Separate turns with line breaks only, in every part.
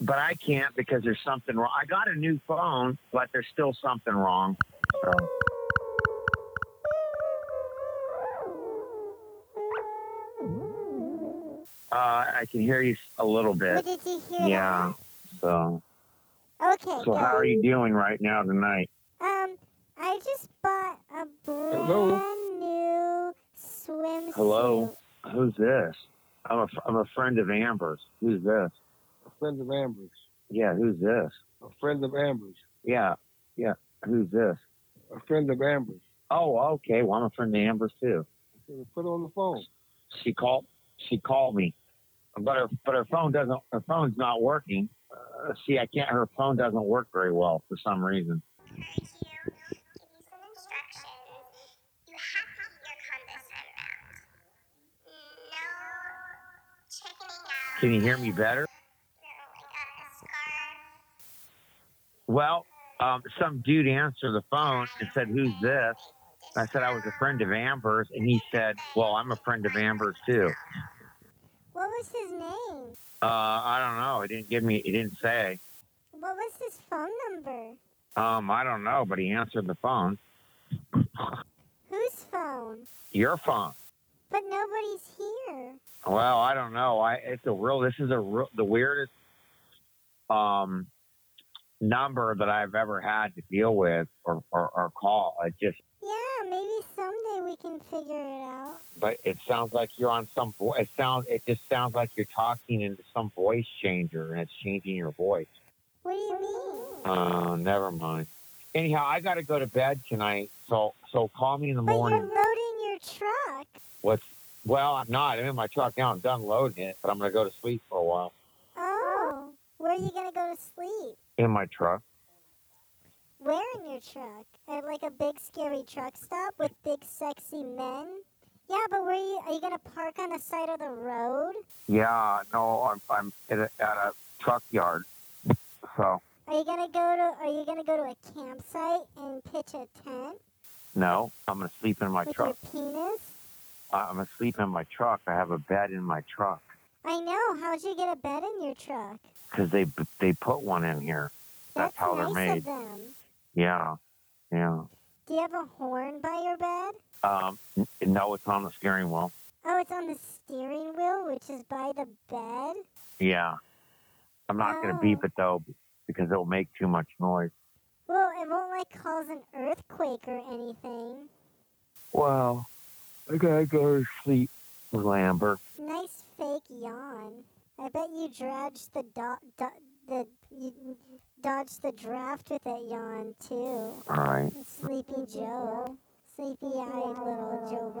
but I can't because there's something wrong. I got a new phone, but there's still something wrong. So. Uh, I can hear you a little
What
bit.
did you hear?
Yeah. So,
Okay.
so how are you doing right now tonight?
Um, I just bought a brand
Hello?
new swimsuit.
Hello? Who's this? I'm a, I'm a friend of Amber's. Who's this?
A friend of Amber's.
Yeah, who's this?
A friend of Amber's.
Yeah, yeah, who's this?
A friend of Amber's.
Oh, okay. Well, I'm a friend of Amber's too.
Put on the phone.
She called. She called me, but her but her phone doesn't. Her phone's not working. Uh, see, I can't. Her phone doesn't work very well for some reason.
give you some instructions. You have to eat your condescend amount. No chickening out.
Can you hear me better?
Rolling up the scarf.
Well, um, some dude answered the phone and said, "Who's this?" I said I was a friend of Amber's, and he said, "Well, I'm a friend of Amber's too."
What was his name?
Uh, I don't know. It didn't give me. It didn't say.
What was his phone number?
Um, I don't know, but he answered the phone.
Whose phone?
Your phone.
But nobody's here.
Well, I don't know. I it's a real. This is a real, the weirdest um number that I've ever had to deal with or or, or call. It just
Yeah, maybe someday we can figure it out.
but it sounds like you're on some voice. It sounds it just sounds like you're talking into some voice changer and it's changing your voice.
What do you mean?
Uh, never mind. Anyhow, I got to go to bed tonight. So so call me in the
But you're
morning.
loading your truck.
What's well, I'm not. I'm in my truck now. I'm done loading it, but I'm gonna go to sleep for a while
Oh, where are you gonna go to sleep?
in my truck.
Where in your truck? At like a big scary truck stop with big sexy men? Yeah, but where you are you gonna park on the side of the road?
Yeah, no, I'm I'm at a, at a truck yard. So
Are you gonna go to are you gonna go to a campsite and pitch a tent
no, I'm gonna sleep in my
with
truck.
your penis?
I- I'm gonna sleep in my truck. I have a bed in my truck
I know. How'd you get a bed in your truck?
because they they put one in here. That's, how
nice
they're made.
of them.
Yeah, yeah.
Do you have a horn by your bed?
Um, n- no, it's on the steering wheel.
Oh, it's on the steering wheel, which is by the bed.
Yeah, I'm not gonna
Oh.
beep it though because it'll make too much noise.
Well, it won't like cause an earthquake or anything.
Well, I gotta go to sleep, Lambert.
Nice fake yawn. I bet you dodged the do- do- the you dodged the draft with that yawn too.
All right,
Sleepy Joe, sleepy-eyed little Joe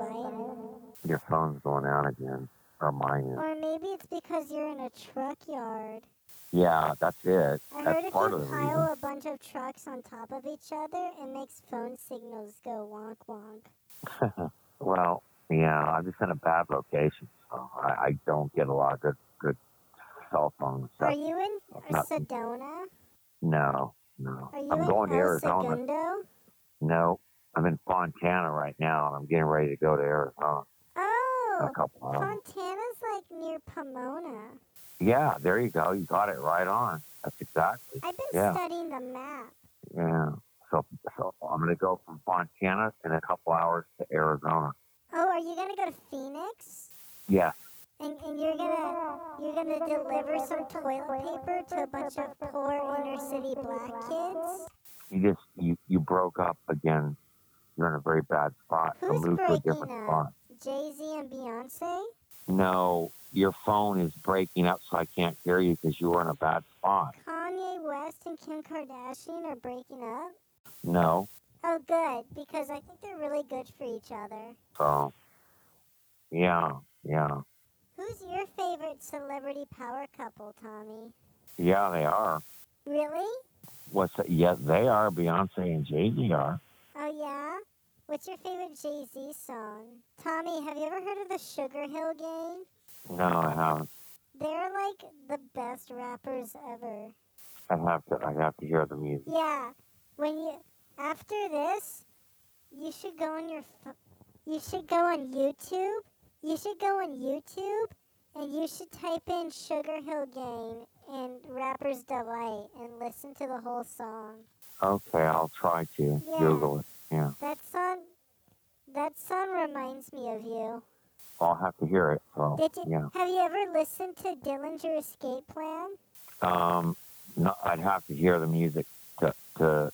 Biden.
your phone's going out again, or mine is.
Or maybe it's because you're in a truck yard.
Yeah, that's it.
I heard
That's
if
part
you
of the reason.
pile a bunch of trucks on top of each other, it makes phone signals go wonk wonk.
Well, yeah, I'm just in a bad location, so I, I don't get a lot of good, good cell phone
Are
stuff.
you in
No.
Sedona?
No, no.
Are you
I'm
in
going to
El
Arizona.
Segundo?
No, I'm in Fontana right now, and I'm getting ready to go to Arizona in
Oh,
a couple hours.
Fontana's like near Pomona.
Yeah, there you go. You got it right on. That's exactly.
I've been
Yeah.
studying the map.
Yeah. So, so I'm gonna go from Fontana in a couple hours to Arizona.
Oh, are you gonna go to Phoenix?
Yeah.
And, and you're gonna you're gonna deliver some toilet paper to a bunch of poor inner city black kids?
You just you you broke up again. You're in a very bad spot.
Who's
I moved to a
breaking
different
up?
spot.
Jay Z and Beyonce?
No, your phone is breaking up, so I can't hear you because you were in a bad spot.
Kanye West and Kim Kardashian are breaking up?
No,
Oh, good, because I think they're really good for each other.
so yeah, yeah,
Who's your favorite celebrity power couple, Tommy?
yeah, they are.
Really?
What's that? Yeah, they are. Beyonce and Jay Z are.
Oh, yeah? What's your favorite Jay Z song? Tommy, have you ever heard of the Sugar Hill Gang?
No, I haven't.
They're like the best rappers ever.
I have to. I have to hear the music.
Yeah, when you after this, you should go on your ph- you should go on YouTube. You should go on YouTube And you should type in Sugar Hill Gang and Rapper's Delight and listen to the whole song.
Okay, I'll try to
Yeah.
Google it.
That song, that song reminds me of you.
I'll have to hear it. So
Did you
yeah.
have you ever listened to Dillinger Escape Plan?
Um, no, I'd have to hear the music to to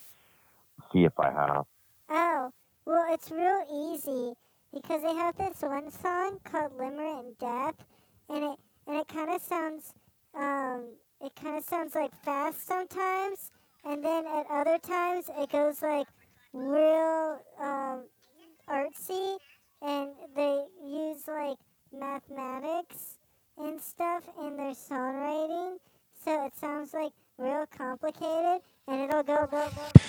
see if I have.
Oh, well, it's real easy because they have this one song called Limerick and Death, and it and it kind of sounds, um, it kind of sounds like fast sometimes, and then at other times it goes like real um, artsy, and they use like mathematics and stuff in their songwriting, so it sounds like real complicated, and it'll go go go.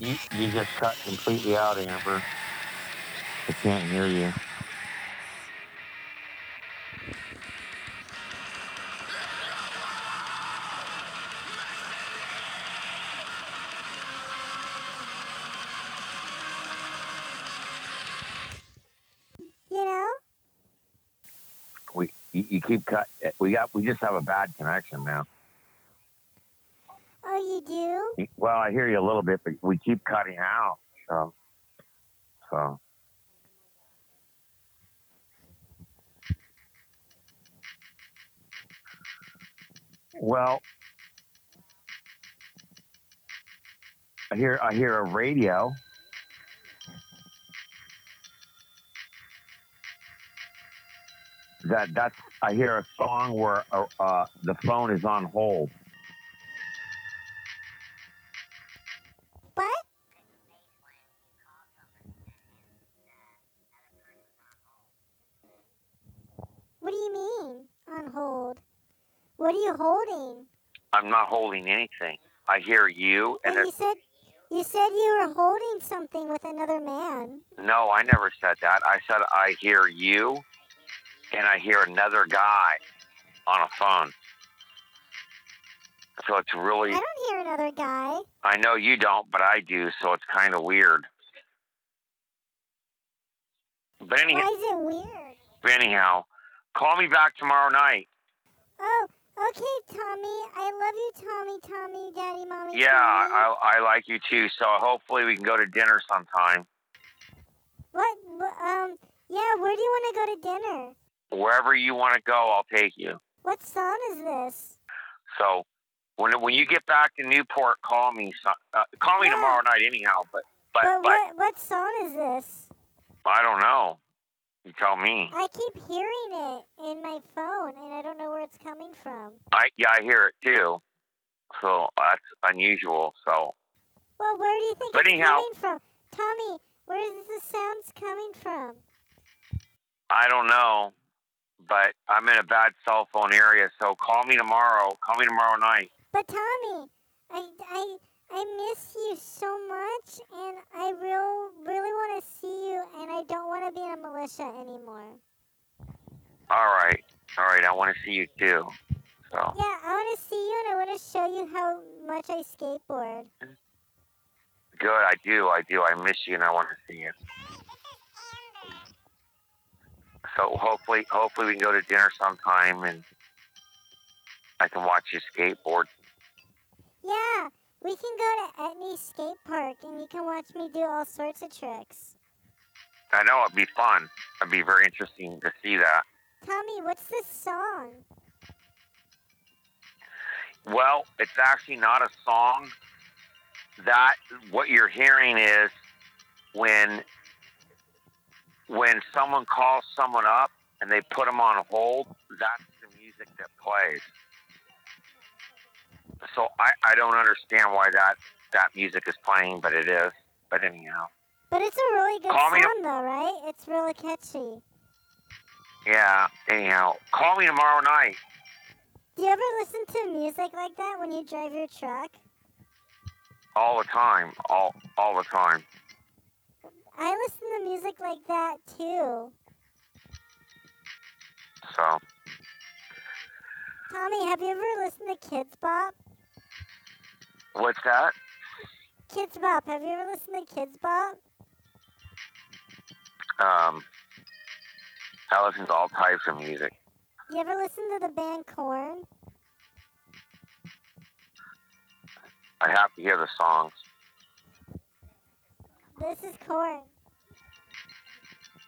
You you just cut completely out, Amber. I can't hear you.
You know.
We you, you keep cut. We got we just have a bad connection now.
Oh, you do?
Well, I hear you a little bit, but we keep cutting out. So so well. I hear I hear a radio. That that's I hear a song where uh, uh, the phone is on hold.
What? What do you mean on hold? What are you holding?
I'm not holding anything. I hear you,
Wait, you said you said you were holding something with another man.
no, I never said that. I said I hear you, and I hear another guy on a phone. So it's
I
really,
don't hear another guy.
I know you don't, but I do. So it's kind of weird. But anyhow,
Why is it weird?
anyhow, call me back tomorrow night.
Oh, okay, Tommy. I love you, Tommy, Tommy, Daddy, Mommy.
Yeah,
Tommy.
I, I like you too. So hopefully we can go to dinner sometime.
What? wh- Um. Yeah. Where do you want to go to dinner?
Wherever you want to go, I'll take you.
What song is this?
So when when you get back to Newport, call me. so- Uh, call me
Yeah.
tomorrow night, anyhow. But but
But
but,
what what song is this?
I don't know. You tell me.
I keep hearing it in my phone, and I don't know where it's coming from.
I yeah, I hear it too. So that's unusual. So
Well, where do you think
But
it's
anyhow-
coming from, Tommy? Where is the sounds coming from?
I don't know. But I'm in a bad cell phone area, so call me tomorrow. Call me tomorrow night.
But Tommy, I I I miss you so much, and I real really want to see you, and I don't want to be in a militia anymore.
All right, all right. I want to see you too. So
Yeah, I want to see you, and I want to show you how much I skateboard.
good. I do. I do. I miss you, and I want to see you.
Amber.
So hopefully, hopefully we can go to dinner sometime, and I can watch you skateboard.
Yeah, we can go to Etney Skate Park, and you can watch me do all sorts of tricks.
I know it'd be fun. It'd be very interesting to see that.
Tommy, what's this song?
Well, it's actually not a song. That what you're hearing is when when someone calls someone up and they put them on hold. That's the music that plays. So I, I don't understand why that that music is playing, but it is. But anyhow,
But it's a really good
Call me
song,
to-
though, right? It's really catchy.
yeah. Anyhow, call me tomorrow night.
Do you ever listen to music like that when you drive your truck?
All the time. All all the time.
I listen to music like that too.
So,
Tommy, have you ever listened to Kids Bop?
What's that?
Kids Bop. Have you ever listened to Kids Bop?
Um, I listen to all types of music.
You ever listened to the band Corn?
I have to hear the songs,
This is Corn.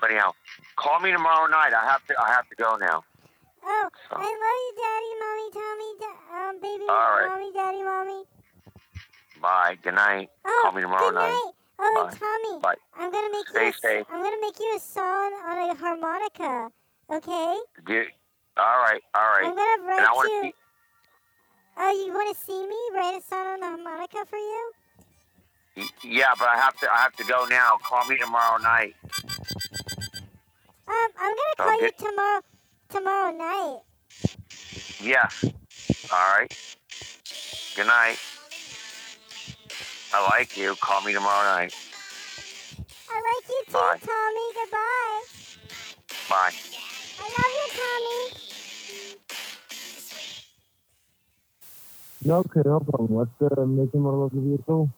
but anyhow, call me tomorrow night. I have to. I have to go now.
Oh,
So,
I love you, Daddy, Mommy, Tommy, da- um, baby,
All right.
Mommy, Daddy, Mommy.
bye. Good night.
Oh,
Call me tomorrow
good
night.
night. Oh, and
Bye.
Tommy,
Bye.
I'm gonna make
Stay
you. a s-
safe.
I'm gonna make you a song on a harmonica. Okay?
Do, all right. All right.
I'm gonna
and I
write
want to.
you. Oh, you wanna see me write a song on the harmonica for you?
Yeah, but I have to. I have to go now. Call me tomorrow night.
Um, I'm gonna call
Okay.
you tomorrow. Tomorrow night.
Yeah. All right. Good night. I like you. Call me tomorrow night.
I like you too,
Bye.
Tommy. Goodbye.
Bye.
I love you, Tommy.
No, okay, no problem. What's the make and model of the vehicle?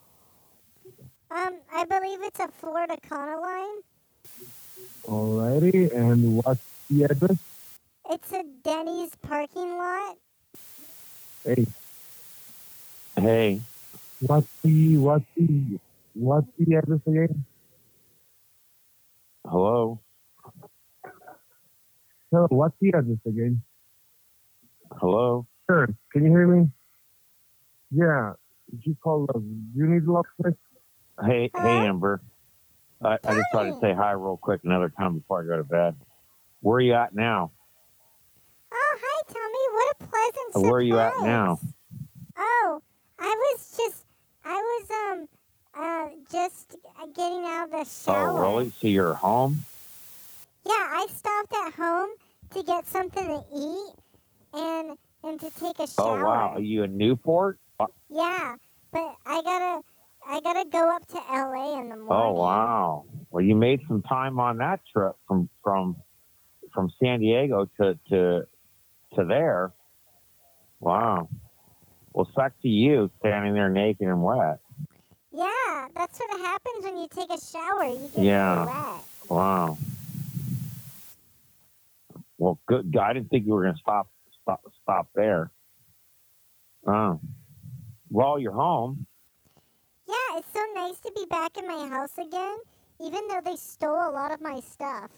Um, I believe it's a Florida Conaline.
Alrighty, and what's the address?
It's a Denny's parking lot.
Hey,
Hey.
what's the what's the what's the address again?
Hello.
Hello, what's the address again?
Hello.
Sure, can you hear me? Yeah, did you call us? Do you need locksmith?
Hey,
Hello?
hey, Amber. I, I just thought
Hi.
I'd say hi real quick another time before I go to bed. Where are you at now?
Oh, hi, Tommy. What a pleasant surprise.
Where are you at now?
Oh, I was just, I was um, uh, just getting out of the shower.
Oh, really? So you're home?
Yeah, I stopped at home to get something to eat and and to take a
Oh,
shower.
wow. Are you in Newport?
Yeah, but I gotta, I gotta go up to L.A. in the morning.
Oh, wow. Well, you made some time on that trip from from from San Diego to to to there. Wow. Well, sucks to you standing there naked and wet.
Yeah, that's what happens when you take a shower. You get
Yeah.
wet.
Wow. Well, good. I didn't think you were going to stop stop stop there. Oh. Well, you're home.
Yeah, it's so nice to be back in my house again, even though they stole a lot of my stuff.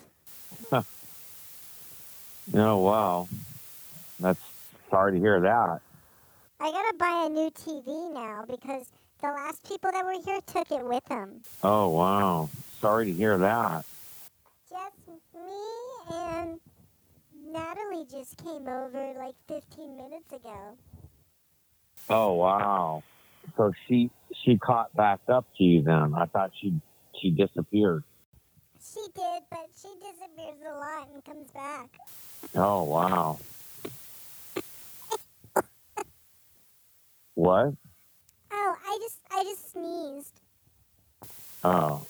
Oh, wow. That's sorry to hear that.
I gotta buy a new TV now because the last people that were here took it with them.
Oh, wow. Sorry to hear that.
Just me and Natalie just came over like 15 minutes ago.
Oh, wow. So she she caught back up to you then. I thought she she disappeared.
She did, but she disappears a lot and comes back.
Oh, wow. What?
Oh, I just I just sneezed.
Oh.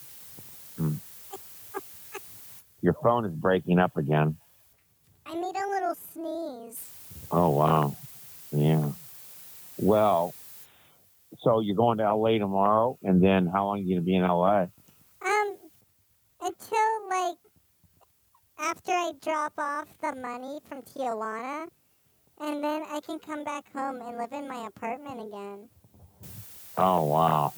Hmm. Your phone is breaking up again.
I made a little sneeze.
Oh, wow. Yeah. Well, so you're going to LA tomorrow, and then how long are you going to be in LA?
Um, until like after I drop off the money from Tijuana, and then I can come back home and live in my apartment again.
Oh, wow.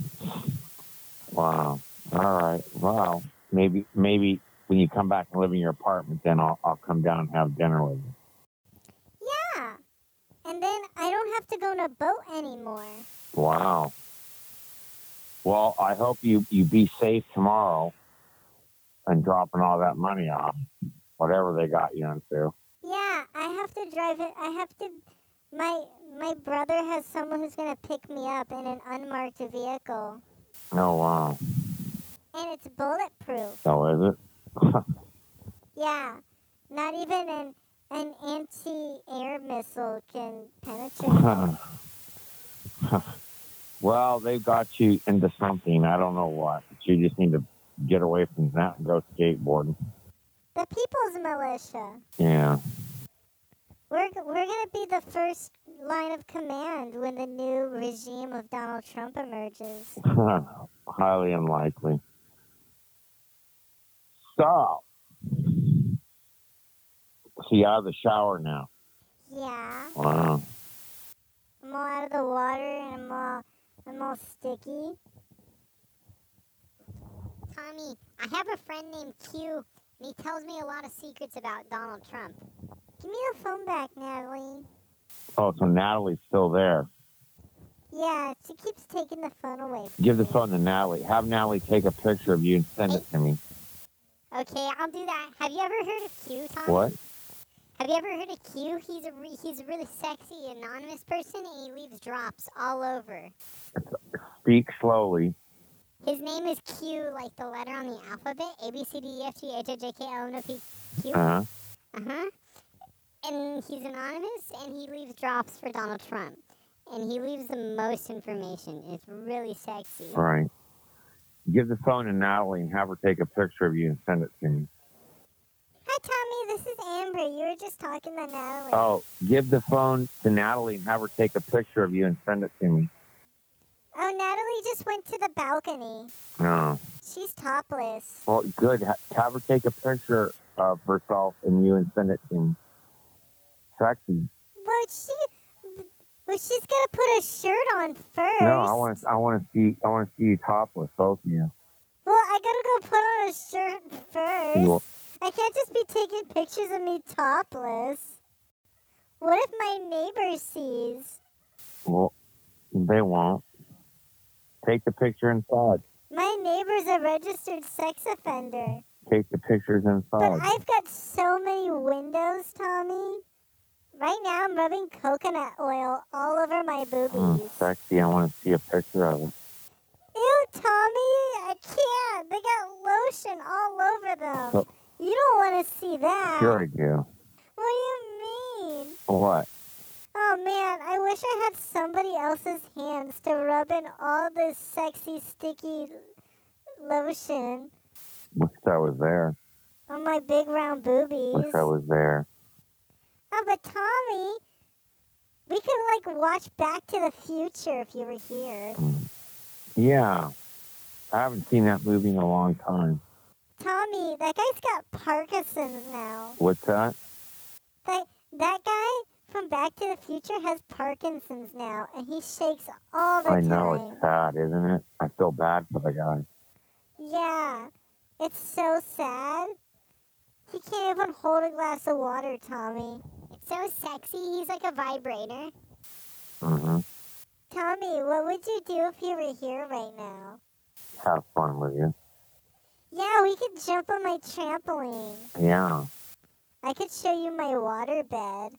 Wow. All right. Well, maybe, maybe when you come back and live in your apartment, then I'll, I'll come down and have dinner with you.
Yeah, and then I don't have to go on a boat anymore.
Wow. Well, I hope you, you be safe tomorrow and dropping all that money off, whatever they got you into.
Yeah, I have to drive it. I have to. My my brother has someone who's gonna pick me up in an unmarked vehicle,
Oh wow!
and it's bulletproof.
So is it?
Yeah, not even an an anti-air missile can penetrate. it.
well, they've got you into something. I don't know what. But you just need to get away from that and go skateboarding.
The People's Militia.
Yeah.
We're, g- we're going to be the first line of command when the new regime of Donald Trump emerges.
Highly unlikely. So, see, out of the shower now.
Yeah.
Wow.
I'm all out of the water and I'm all, I'm all sticky.
Tommy, I have a friend named Q, and he tells me a lot of secrets about Donald Trump.
Give me the phone back, Natalie.
Oh, so Natalie's still there.
Yeah, she keeps taking the phone away. From
Give the
me.
phone to Natalie. Have Natalie take a picture of you and send it to me.
Okay, I'll do that. Have you ever heard of Q, Tommy?
What?
Have you ever heard of Q? He's a re- he's a really sexy anonymous person, and he leaves drops all over.
Speak slowly.
His name is Q, like the letter on the alphabet: A B C D E F G H I J K L M N O P Q. Uh
Uh-huh.
huh. And he's anonymous, and he leaves drops for Donald Trump, and he leaves the most information. It's really sexy.
All right. Give the phone to Natalie and have her take a picture of you and send it to me.
Hi, Tommy. This is Amber. You were just talking to Natalie.
Oh, give the phone to Natalie and have her take a picture of you and send it to me.
Oh, Natalie just went to the balcony.
No.
She's topless.
Well, good. Ha- Have her take a picture of herself and you and send it to me. Sexy.
Well, she. Well, she's gonna put her shirt on first.
No, I want to. I want to see. I want to see you topless, both of you.
Well, I gotta go put on a shirt first.
You will-
I can't just be taking pictures of me topless. What if my neighbor sees?
Well, they won't. Take the picture inside.
My neighbor's a registered sex offender.
Take the pictures
But
inside.
I've got so many windows, Tommy. Right now, I'm rubbing coconut oil all over my
Mm,
boobies.
sexy. I want to see a picture of it.
Ew, Tommy, I can't. They got lotion all over them.
So-
You don't want to see that.
Oh. Sure, I do.
What do you mean?
What?
Oh man, I wish I had somebody else's hands to rub in all this sexy, sticky lotion
Wish I was there.
on my big round
Wish
boobies.
I was there.
Oh, but Tommy, we could like watch Back to the Future if you were here.
Yeah. I haven't seen that movie in a long time.
Tommy, that guy's got Parkinson's now.
What's that?
That guy from Back to the Future has Parkinson's now, and he shakes all the
I
time.
know it's sad, isn't it? I feel bad for the guy.
Yeah, it's so sad. He can't even hold a glass of water, Tommy.
It's so sexy. He's like a vibrator.
hmm
Tommy, what would you do if you were here right now?
Have fun with you.
Yeah, we could jump on my trampoline.
Yeah.
I could show you my water bed.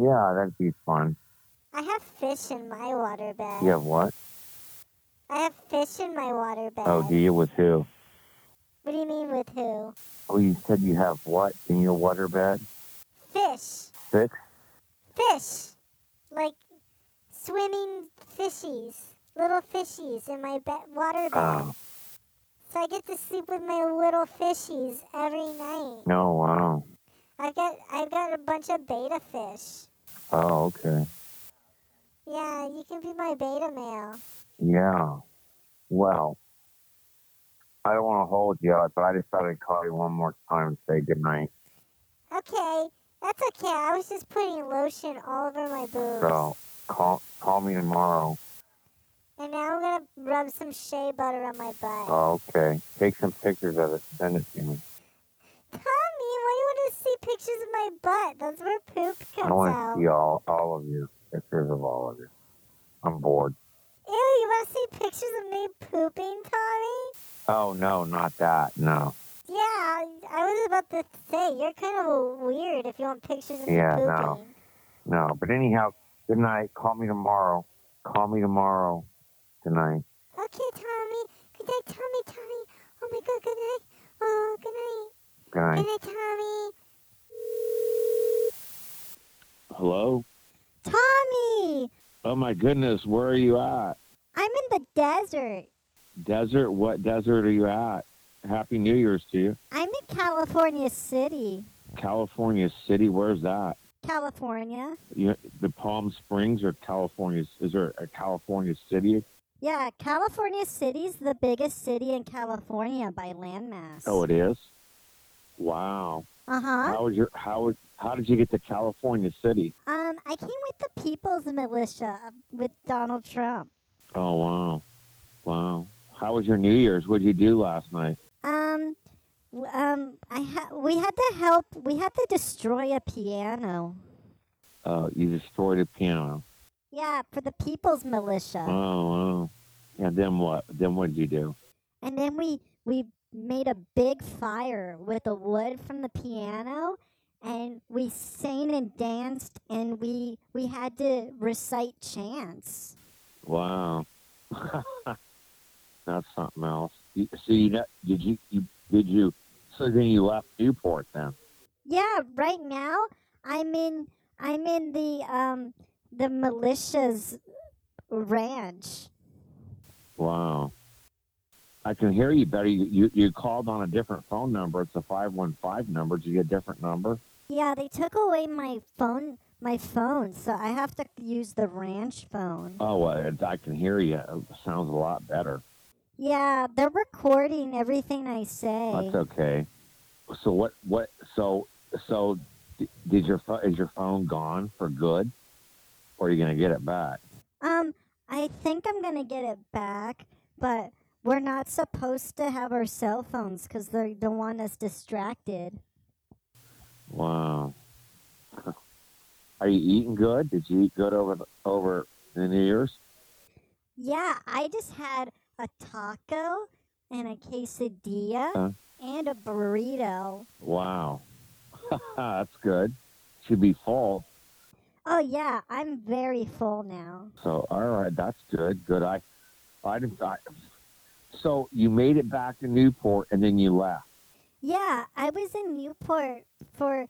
Yeah, that'd be fun.
I have fish in my water bed.
You have what?
I have fish in my water bed.
Oh, do you with who?
What do you mean with who?
Oh, you said you have what in your waterbed?
Fish.
Fish?
Fish. Like swimming fishies. Little fishies in my be- water bed.
Oh,
So I get to sleep with my little fishies every night.
no, wow.
I've got I've got a bunch of beta fish.
Oh, okay.
Yeah, you can be my beta male.
Yeah. Well, I don't want to hold you up, but I just thought I'd call you one more time and say good night.
Okay, that's okay. I was just putting lotion all over my boobs,
So call call me tomorrow.
and now I'm gonna rub some shea butter on my butt.
Oh, okay. Take some pictures of it. Send it to me.
Tommy, why do you want to see pictures of my butt? That's where poop comes
I want
out.
to see all all of you. Pictures of all of you. I'm bored.
Ew, you want to see pictures of me pooping, Tommy?
Oh no, not that. No.
Yeah, I was about to say you're kind of weird if you want pictures of
Yeah,
me pooping.
no. No. But anyhow, good night. Call me tomorrow. Call me tomorrow. Good night.
Okay, Tommy. Good night, Tommy, Tommy. Oh my god, good night. Oh, good night.
Good
Good
night.
night, Tommy.
Hello?
Tommy!
Oh my goodness, where are you at?
I'm in the desert.
Desert? What desert are you at? Happy New Year's to you.
I'm in California City.
California City, where's that?
California.
You, the Palm Springs or California? Is there a California city?
Yeah, California City's the biggest city in California by landmass.
Oh, it is. Wow.
Uh huh.
How was your how how did you get to California City?
Um, I came with the People's Militia uh, with Donald Trump.
Oh wow, wow. How was your New Year's? What'd you do last night?
Um, w- um, I ha- we had to help. We had to destroy a piano.
Uh, you destroyed a piano.
Yeah, for the People's Militia.
Oh wow. And then what? Then what'd you do?
And then we we made a big fire with the wood from the piano and we sang and danced and we we had to recite chants.
Wow. That's something else. You, so you ne- did you, you did you so then you left Newport then?
Yeah, right now I'm in I'm in the um the militia's ranch.
Wow. I can hear you better. You, you you called on a different phone number. It's a five one five number. Did you get a different number?
Yeah, they took away my phone my phone, so I have to use the ranch phone.
Oh, well, it- I can hear you. It sounds a lot better.
Yeah, they're recording everything I say.
That's okay. So what? What? So so d- did your pho- is your phone gone for good, or are you gonna get it back?
Um, I think I'm gonna get it back, but we're not supposed to have our cell phones because they don't want us distracted.
Wow. Are you eating good? Did you eat good over the, over the New Year's?
Yeah, I just had a taco and a quesadilla
Huh?
and a burrito.
Wow, that's good. Should be full.
Oh yeah, I'm very full now.
So all right, that's good. Good. I, I, I so you made it back to Newport and then you left.
Yeah, I was in Newport for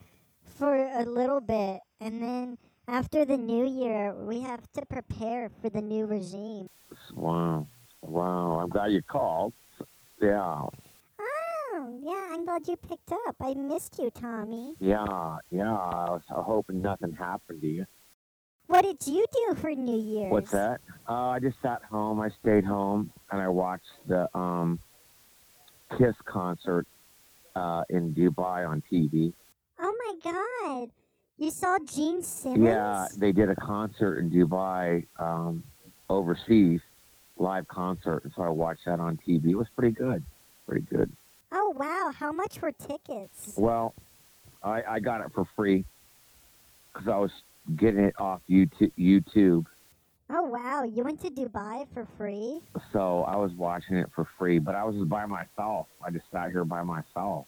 for a little bit, and then after the new year, we have to prepare for the new regime.
Wow. Wow. I'm glad you called. Yeah.
Oh, yeah, I'm glad you picked up. I missed you, Tommy.
Yeah. Yeah. I was hoping nothing happened to you.
What did you do for New Year's?
What's that? Uh, I just sat home. I stayed home and I watched the um, Kiss concert uh, in Dubai on TV.
Oh my god. You saw Gene Simmons?
Yeah, they did a concert in Dubai um, overseas, live concert. And so I watched that on TV. It was pretty good. Pretty good.
Oh wow, how much were tickets?
Well, I, I got it for free because I was getting it off YouTube, YouTube.
Oh wow, you went to Dubai for free?
So I was watching it for free, but I was just by myself. I just sat here by myself.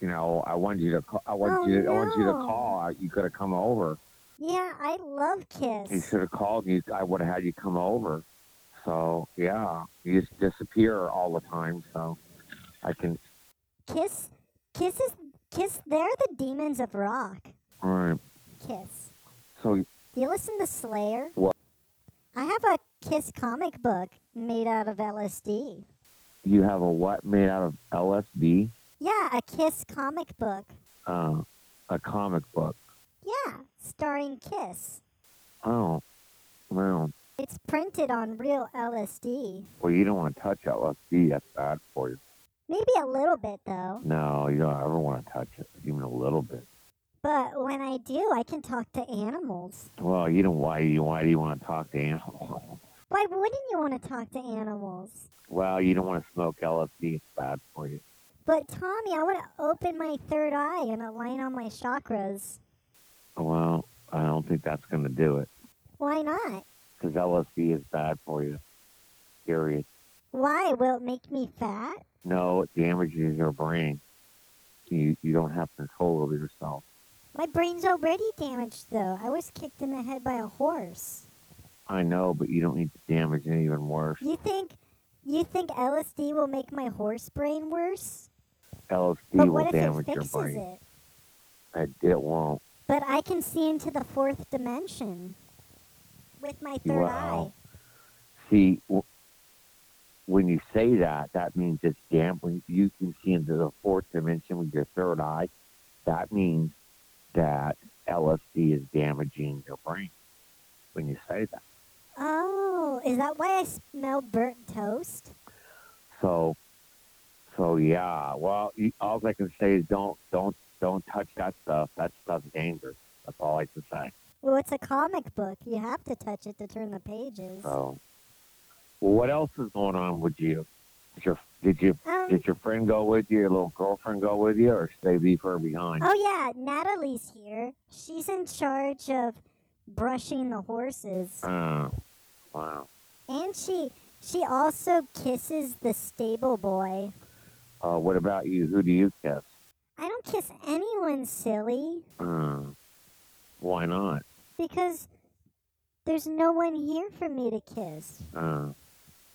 You know, I wanted you to. Call, I wanted
Oh,
you. I wanted you to
no.
call. I- You could have come over.
Yeah, I love
You
Kiss.
should have called me. I would have had you come over. So yeah, you just disappear all the time. So I can.
Kiss Kiss is Kiss they're the demons of rock.
All right.
Kiss.
So
Do you listen to Slayer?
What?
I have a Kiss comic book made out of LSD.
you have a what made out of LSD?
Yeah, a Kiss comic book.
Uh, a comic book.
Yeah, starring Kiss.
Oh, well.
It's printed on real LSD.
Well, you don't want to touch LSD. That's bad for you.
Maybe a little bit though.
No, you don't ever want to touch it, even a little bit.
But when I do, I can talk to animals.
Well, you don't. Why you? Why do you want to talk to animals?
Why wouldn't you want to talk to animals?
Well, you don't want to smoke LSD. It's bad for you.
But Tommy, I want to open my third eye and align all my chakras.
Well, I don't think that's going to do it
Why not?
because LSD is bad for you. Period.
Why? Will it make me fat?
No, it damages your brain. You you don't have control over yourself.
My brain's already damaged though. I was kicked in the head by a horse.
I know, but you don't need to damage it even worse.
You think you think LSD will make my horse brain worse?
LSD
But
will
what if it
damage your
fixes
brain.
it?
It, it won't.
But I can see into the fourth dimension with my third
Wow. See, w- when you say that, that means it's gambling. You can see into the fourth dimension with your third eye. That means that LSD is damaging your brain when you say that.
Oh, is that why I smell burnt toast?
So, so yeah. Well, all I can say is don't, don't, don't touch that stuff. That stuff's dangerous. That's all I can say.
Well, it's a comic book. You have to touch it to turn the pages.
So, well, what else is going on with you? Did your did you
Um,
did your friend go with you? Your little girlfriend go with you, or did they leave her behind?
oh, yeah, Natalie's here. She's in charge of brushing the horses.
Oh, wow.
And she she also kisses the stable boy.
Uh, what about you? Who do you kiss?
I don't kiss anyone silly
Uh, why not?
because there's no one here for me to kiss.
Uh,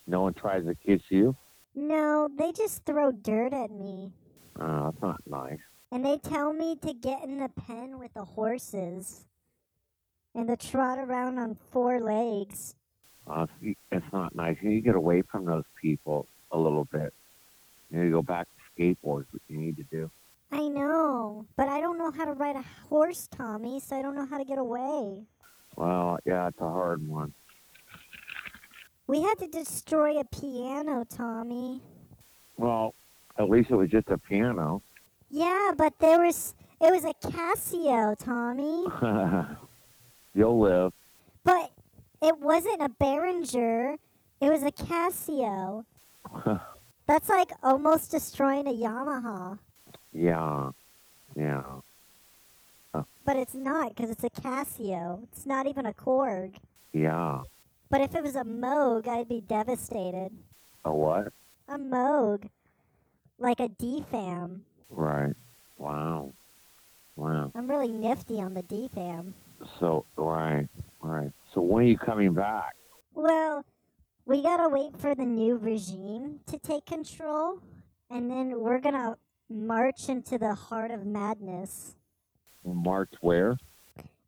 no one tries to kiss you.
No, they just throw dirt at me
Uh, that's not nice.
and they tell me to get in the pen with the horses and to trot around on four legs.
Uh, it's- it's not nice. You need to get away from those people a little bit. You need to go back to skateboards. What you need to do.
I know, but I don't know how to ride a horse, Tommy, so I don't know how to get away.
Well, yeah, it's a hard one.
We had to destroy a piano, Tommy.
Well, at least it was just a piano.
Yeah, but there was it was a Casio, Tommy.
You'll live.
But it wasn't a Behringer. It was a Casio. That's like almost destroying a Yamaha,
Yeah, yeah.
but it's not because it's a Casio. It's not even a Korg.
Yeah.
But if it was a Moog, I'd be devastated.
A what?
A Moog, like a DFAM.
Right. Wow. Wow.
I'm really nifty on the DFAM.
So right, right. So when are you coming back?
Well, we gotta wait for the new regime to take control, and then we're gonna march into the heart of madness.
March where?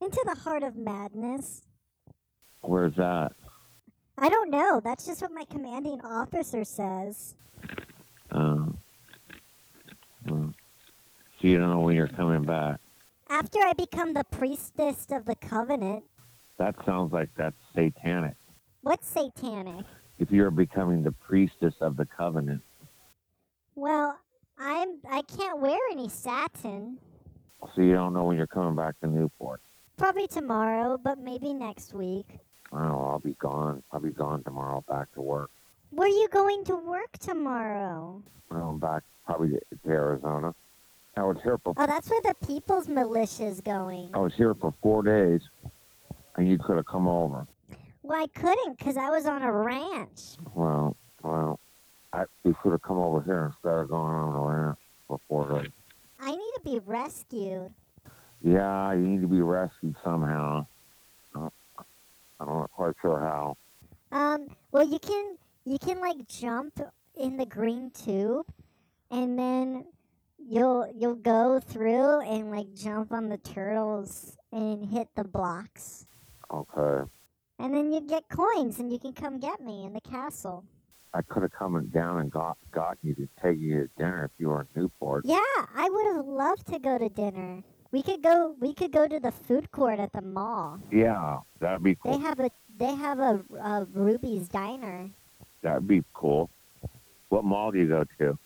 Into the heart of madness?
Where's that?
I don't know. That's just what my commanding officer says.
Um, mm. so you don't know when you're coming back.
After I become the priestess of the covenant,
That sounds like that's satanic.
what's satanic?
If you're becoming the priestess of the covenant,
Well, I'm I can't wear any satin.
so you don't know when you're coming back to Newport.
Probably tomorrow, but maybe next week.
Oh, I'll be gone. I'll be gone tomorrow. Back to work.
Where are you going to work tomorrow?
I'm back probably to, to Arizona. I was here for
Oh, that's where the people's militia's going.
I was here for four days, and you could have come over.
Well, I couldn't because I was on a ranch.
Well, well, I, you should have come over here instead of going on the ranch for four days.
I need to be rescued.
Yeah, you need to be rescued somehow. Uh, I'm not quite sure how.
Um, well, you can you can like jump in the green tube, and then you'll you'll go through and like jump on the turtles and hit the blocks,
Okay,
and then you get coins and you can come get me in the castle.
I could have come and down and got got you to take you to dinner if you were in Newport.
Yeah, I would have loved to go to dinner. We could go. We could go to the food court at the mall.
Yeah, that'd be
They
cool.
have a they have a, a Ruby's diner.
That'd be cool. What mall do you go to?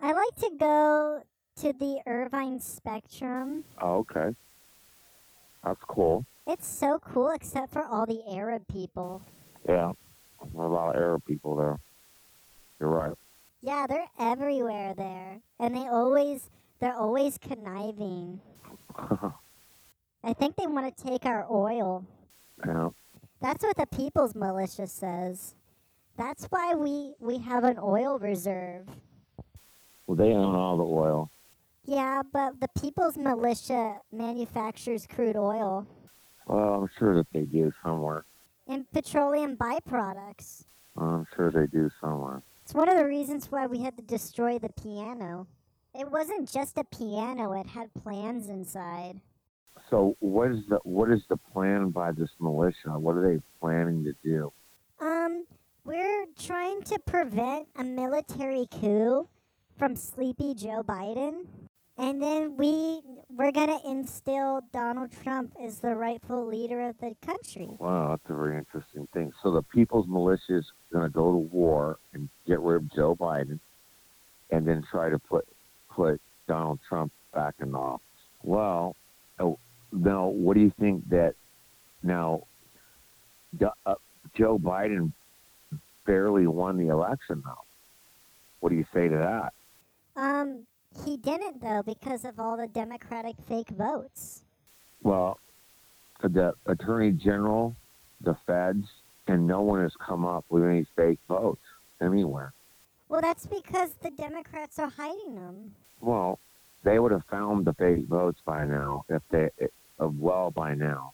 I like to go to the Irvine Spectrum.
Oh, okay, that's cool.
It's so cool, except for all the Arab people.
Yeah, there are a lot of Arab people there. You're right.
Yeah, they're everywhere there, and they always they're always conniving. I think they want to take our oil.
yeah.
That's what the People's Militia says. That's why we we have an oil reserve.
Well, they own all the oil.
Yeah, but the People's Militia manufactures crude oil
Well, I'm sure that they do somewhere.
and petroleum byproducts.
I'm sure they do somewhere.
It's one of the reasons why we had to destroy the piano. It wasn't just a piano, it had plans inside.
So, what is the what is the plan by this militia? What are they planning to do?
Um, we're trying to prevent a military coup from sleepy Joe Biden. And then we we're gonna instill Donald Trump as the rightful leader of the country.
Wow, that's a very interesting thing. So the People's Militia is going to go to war and get rid of Joe Biden, and then try to put put Donald Trump back in office. Well, oh, now what do you think that now? Do- uh, Joe Biden barely won the election, though. What do you say to that?
Um, he didn't though because of all the Democratic fake votes.
Well, the attorney general, the feds, and no one has come up with any fake votes anywhere.
Well, that's because the Democrats are hiding them.
Well, they would have found the fake votes by now if they if, well by now,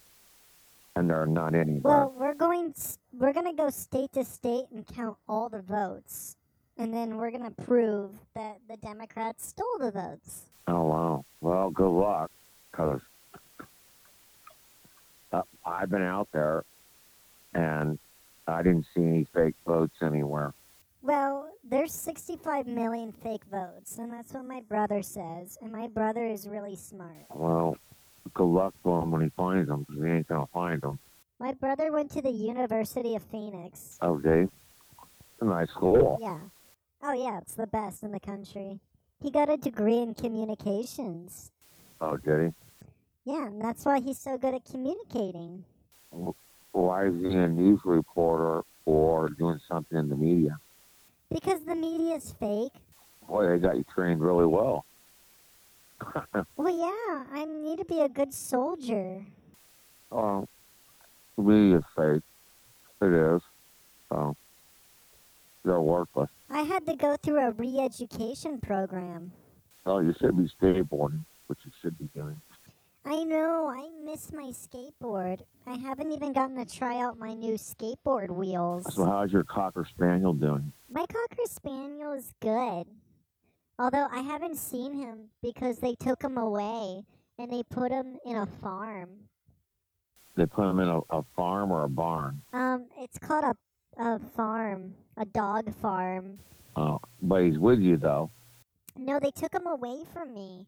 and there are not any.
Well, we're going s- we're gonna go state to state and count all the votes, and then we're gonna prove that the Democrats stole the votes.
Oh wow. Well, good luck, because uh, I've been out there, and I didn't see any fake votes anywhere.
Well, there's 65 million fake votes, and that's what my brother says. And my brother is really smart.
Well, good luck to him when he finds them, because he ain't gonna find them.
My brother went to the University of Phoenix.
Okay. Nice school.
Yeah. Oh yeah, it's the best in the country. He got a degree in communications.
Oh, did he?
Yeah, and that's why he's so good at communicating.
Why is he a news reporter or doing something in the media?
Because the media's fake.
Boy, they got you trained really well.
Well, yeah, I need to be a good soldier.
Oh, the media's fake. It is. um, So, they're worthless.
I had to go through a re education program.
Oh, you should be skateboarding, which you should be doing.
I know, I miss my skateboard. I haven't even gotten to try out my new skateboard wheels.
So, how's your Cocker Spaniel doing?
My Cocker Spaniel is good. Although I haven't seen him because they took him away and they put him in a farm.
They put him in a, a farm or a barn.
Um, it's called a, a farm, a dog farm.
Oh, but he's with you, though.
No, they took him away from me.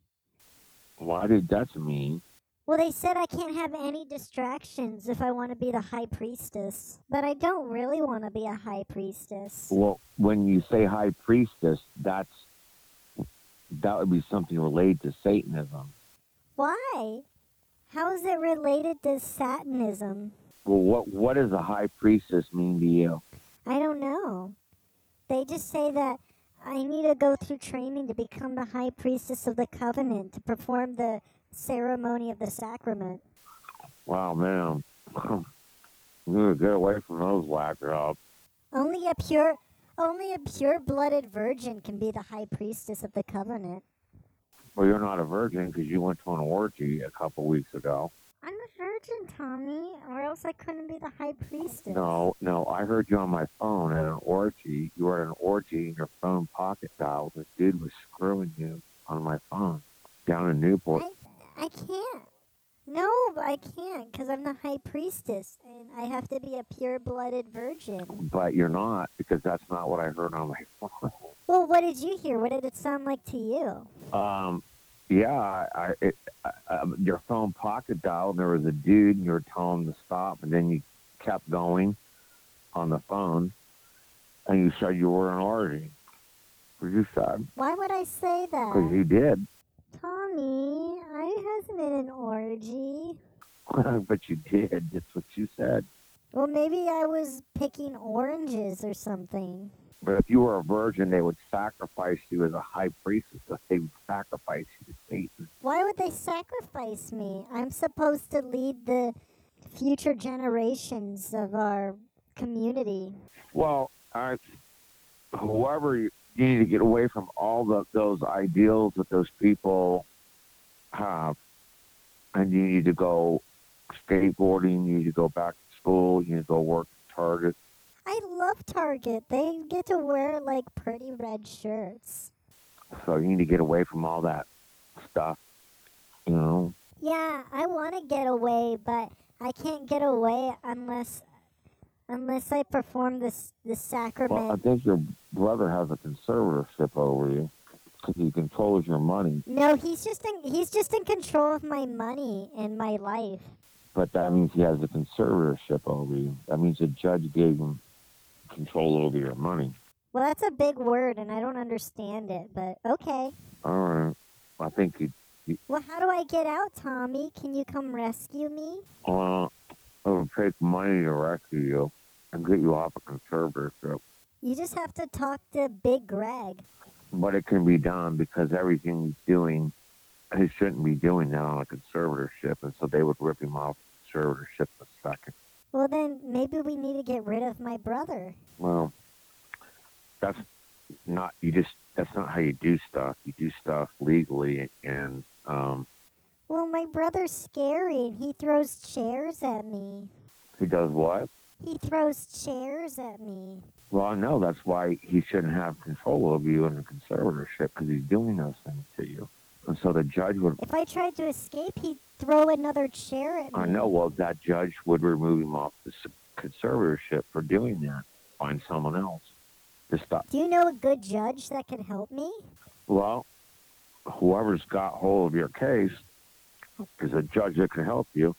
Why did that mean?
Well, they said I can't have any distractions if I want to be the high priestess. But I don't really want to be a high priestess.
Well, when you say high priestess, that's that would be something related to Satanism.
Why? How is it related to Satanism?
Well, what what does a high priestess mean to you?
I don't know. They just say that I need to go through training to become the high priestess of the covenant to perform the ceremony of the sacrament.
Wow, man, you gotta get away from those whack-jobs.
Only a pure, only a pure-blooded virgin can be the high priestess of the covenant.
Well, you're not a virgin because you went to an orgy a couple weeks ago.
I'm a virgin, Tommy, or else I couldn't be the high priestess.
No, no, I heard you on my phone at an orgy. You were at an orgy in your phone pocket dial. This dude was screwing you on my phone down in Newport.
I, I can't. No, I can't, because I'm the high priestess, and I have to be a pure-blooded virgin.
but you're not because that's not what I heard on my phone.
Well, what did you hear? What did it sound like to you?
Um, yeah, I, I, it, I, um, your phone pocket dialed. There was a dude, and you were telling him to stop, and then you kept going on the phone, and you said you were an orgy. Were you sad?
Why would I say
Because
that?
you did,
Tommy, I hasn't been an orgy.
but you did. That's what you said.
Well, maybe I was picking oranges or something.
But if you were a virgin, they would sacrifice you as a high priestess. But they would sacrifice you to Satan.
Why would they sacrifice me? I'm supposed to lead the future generations of our community.
Well, I, whoever you, you need to get away from all the, those ideals that those people have, and you need to go skateboarding. You need to go back to school. You need to go work at Target.
I love Target. They get to wear like pretty red shirts.
So you need to get away from all that stuff. You know,
Yeah, I want to get away, but I can't get away unless unless I perform this the sacrament.
well, I think your brother has a conservatorship over you. because he controls your money.
No, he's just in, he's just in control of my money and my life.
But that means he has a conservatorship over you. That means the judge gave him control over your money.
Well, that's a big word, and I don't understand it, but okay.
All right. I think he.
Well, how do I get out, Tommy? Can you come rescue me?
Uh, it'll take money to rescue you and get you off a conservatorship.
You just have to talk to Big Greg.
But it can be done because everything he's doing, he shouldn't be doing that on a conservatorship. And so they would rip him off conservatorship in a second.
Well, then maybe we need to get rid of my brother.
Well, that's not, you just, that's not how you do stuff. You do stuff legally and, um,
Well, my brother's scary, and he throws chairs at me.
he does what?
He throws chairs at me.
Well, no, that's why he shouldn't have control over you in the conservatorship because he's doing those things to you. And so the judge would,
If I tried to escape, he'd throw another chair at me.
I know, well, that judge would remove him off the s- conservatorship for doing that. Find someone else to stop.
Do you know a good judge that could help me?
Well, whoever's got hold of your case is a judge that can help you.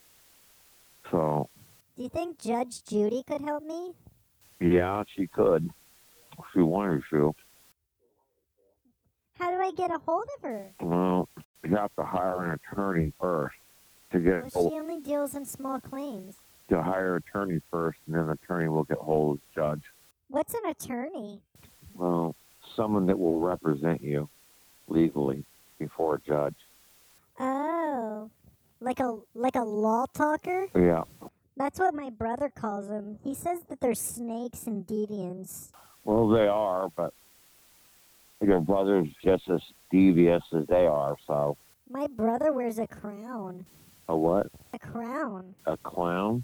So,
Do you think Judge Judy could help me?
yeah, she could if she wanted to.
How do I get a hold of her?
Well, you have to hire an attorney first to
Well,
get
she only deals in small claims.
to hire attorney first, and then the attorney will get hold of the judge.
What's an attorney?
Well, someone that will represent you legally before a judge.
Oh, like a like a law talker.
Yeah.
That's what my brother calls them. He says that they're snakes and deviants.
Well, they are, but your brother's just as devious as they are. So,
My brother wears a crown.
a what?
A crown.
A clown?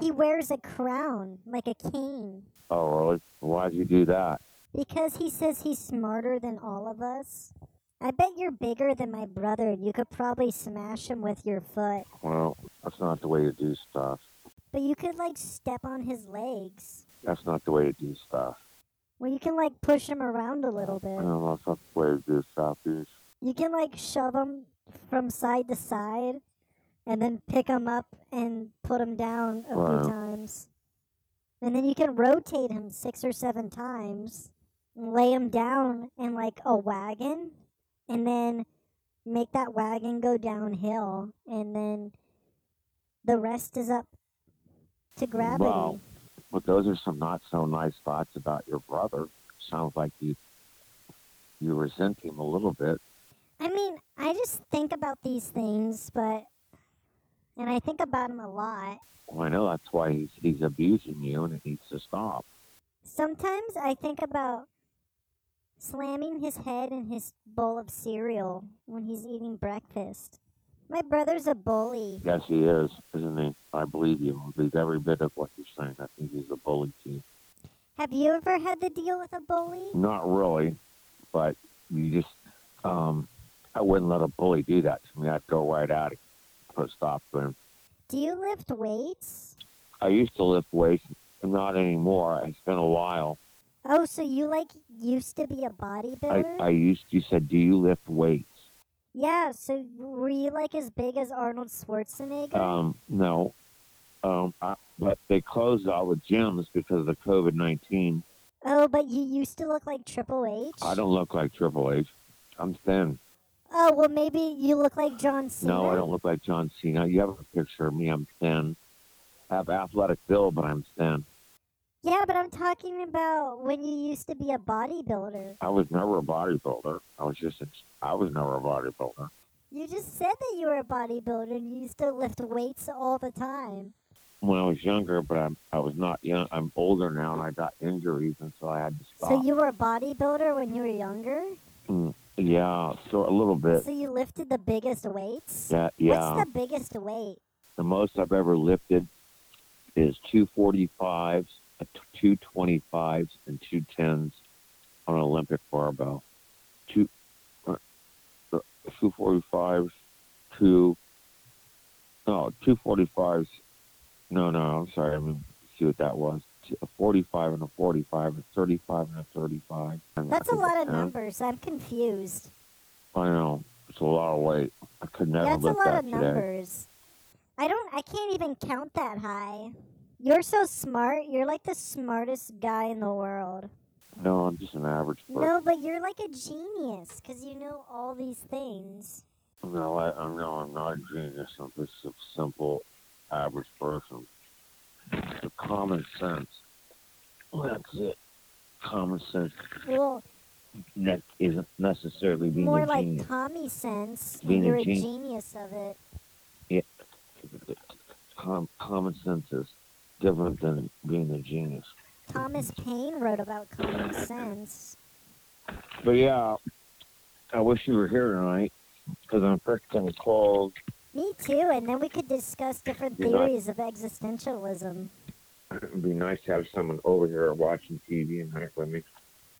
He wears a crown like a king
Oh, really? Why'd you do that?
because he says he's smarter than all of us. I bet you're bigger than my brother and you could probably smash him with your foot,
Well, that's not the way to do stuff.
but you could like step on his legs.
That's not the way to do stuff.
Well, you can like push him around a little bit.
No, that's not the way to do stuff. You just-
You can like shove them from side to side and then pick them up and put them down a
Wow.
few times. And then you can rotate him six or seven times, and lay him down in like a wagon, and then make that wagon go downhill. And then the rest is up to gravity.
Wow. But those are some not so nice thoughts about your brother. Sounds like you you resent him a little bit.
I mean, I just think about these things, but. And I think about him a lot.
Well, I know that's why he's he's abusing you, and it needs to stop.
Sometimes I think about slamming his head in his bowl of cereal when he's eating breakfast. My brother's a bully.
Yes, he is, isn't he? I believe you. I believe every bit of what you're saying. I think he's a bully to you.
Have you ever had to deal with a bully?
Not really, but you just, um, I wouldn't let a bully do that to me. I'd go right at him, put a stop to him.
Do you lift weights?
I used to lift weights, not anymore. It's been a while.
Oh, so you like used to be a
I,
bodybuilder?
I used, you said, do you lift weights?
yeah, so were you like as big as Arnold Schwarzenegger?
Um, no. Um, I, but they closed all the gyms because of the COVID 19.
oh, but you used to look like Triple H?
I don't look like Triple H. I'm thin.
Oh, well, maybe you look like John Cena.
No, I don't look like John Cena. You have a picture of me. I'm thin. I have athletic build, but I'm thin.
Yeah, but I'm talking about when you used to be a bodybuilder.
I was never a bodybuilder. I was just, a, I was never a bodybuilder.
You just said that you were a bodybuilder and you used to lift weights all the time.
When I was younger, but I'm, I was not young. I'm older now, and I got injuries, and so I had to stop.
So you were a bodybuilder when you were younger?
yeah, so a little bit.
So you lifted the biggest weights?
Yeah, yeah.
What's the biggest weight?
The most I've ever lifted is 245s, uh, 225s, and 210s on an Olympic barbell. Two, uh, uh, 245s, two, no, 245s. No, no, I'm sorry. I mean, see what that was. T- A 45 and a 45, a 35 and a 35. and I
That's a
think
lot of
10.
numbers. I'm confused.
I know it's a lot of weight. I could never
That's a
lift
lot
that
of
today.
numbers. I don't. I can't even count that high. You're so smart. You're like the smartest guy in the world.
No, I'm just an average person.
No, but you're like a genius because you know all these things.
No, I, I'm no, I'm not a genius. I'm just a simple, average person. The common sense. That's it. Common sense
Well,
ne- isn't necessarily being
more
a
like
genius.
commie sense. And
Being a
you're a
gen-
genius of it.
Com- common sense is different than being a genius.
Thomas Paine wrote about common sense.
But yeah, I wish you were here tonight because I'm freaking cold.
Me too. And then we could discuss different
You're not-
theories of existentialism.
It'd be nice to have someone over here watching TV and hang with me.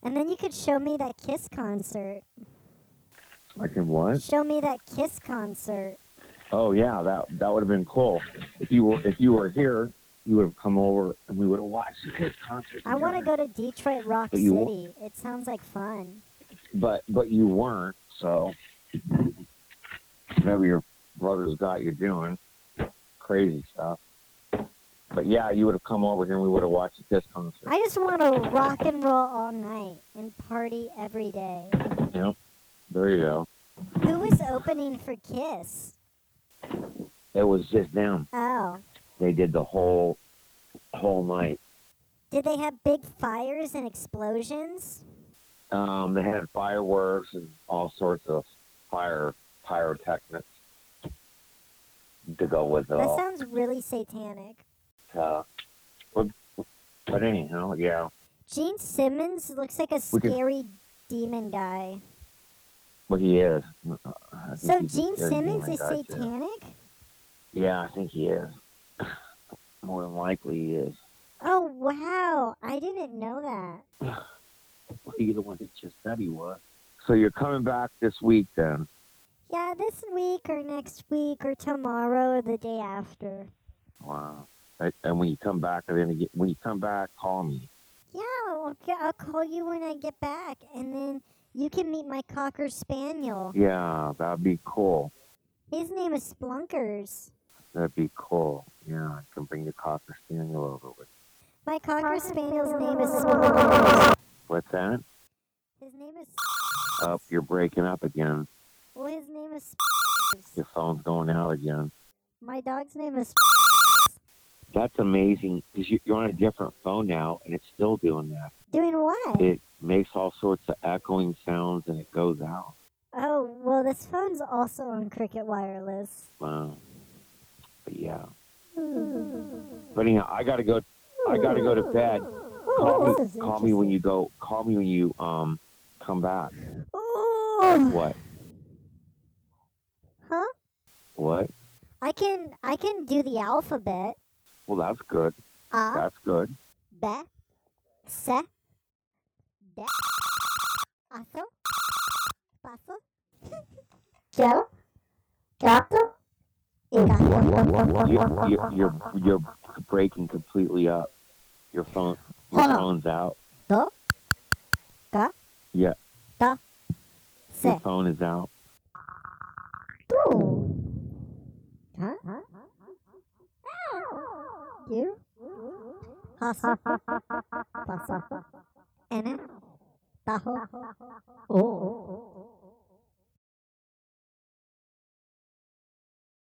And then you could show me that Kiss concert.
I can what?
Show me that Kiss concert.
Oh yeah, that that would have been cool. If you were if you were here, you would have come over and we would have watched the kids concert.
I want to
together.
go to Detroit Rock
But you wa-
City. It sounds like fun.
but but you weren't. So whatever your brother's got you doing, crazy stuff. But yeah, you would have come over here and we would have watched the kids concert.
I just want to rock and roll all night and party every day.
There you go.
Who was opening for Kiss?
It was just them.
Oh,
They did the whole whole night.
did they have big fires and explosions?
Um, they had fireworks and all sorts of fire pyrotechnics to go with it
That
all.
sounds really satanic.
Uh, but, but anyhow, yeah.
Gene Simmons looks like a
We could-
scary demon guy.
But he is. I think
So
he's a
Gene
scary
Simmons
demon
is
guy, too.
satanic?
Yeah, I think he is. More than likely, he is.
Oh wow, I didn't know that.
Well, He's the one that just said he was. So you're coming back this week then?
Yeah, this week or next week or tomorrow or the day after.
Wow. And- And when you come back, I'm gonna get- when you come back, call me.
Yeah, okay, I'll call you when I get back, and then you can meet my cocker spaniel.
Yeah, that'd be cool.
His name is Splunkers.
That'd be cool. Yeah, I can bring the cocker spaniel over with.
My cocker spaniel's name is Splunkers.
What's that?
His name is.
Up, you're breaking up again.
Well, his name is. Splunkers.
Your phone's going out again.
My dog's name is. Splunkers.
That's amazing because you, you're on a different phone now, and it's still doing that.
Doing what?
It makes all sorts of echoing sounds, and it goes out.
Oh, well, this phone's also on Cricket Wireless.
Wow. But yeah. But anyhow, I gotta go. I gotta go to bed. Call
this Oh,
me,
is
call me when you go. Call me when you um come back.
Oh,
What?
Huh?
What?
I can I can do the alphabet.
Well, that's good.
Uh,
That's good.
be, se, de, aso, paso, yo, gato, y gato.
you, you, you're you're breaking completely up. Your phone your
Hold on.
phone's out.
Do, ga,
Yeah.
da, se,
Your phone is out.
tu. Huh? You? Hasa, pasa, ene, tajo, oh.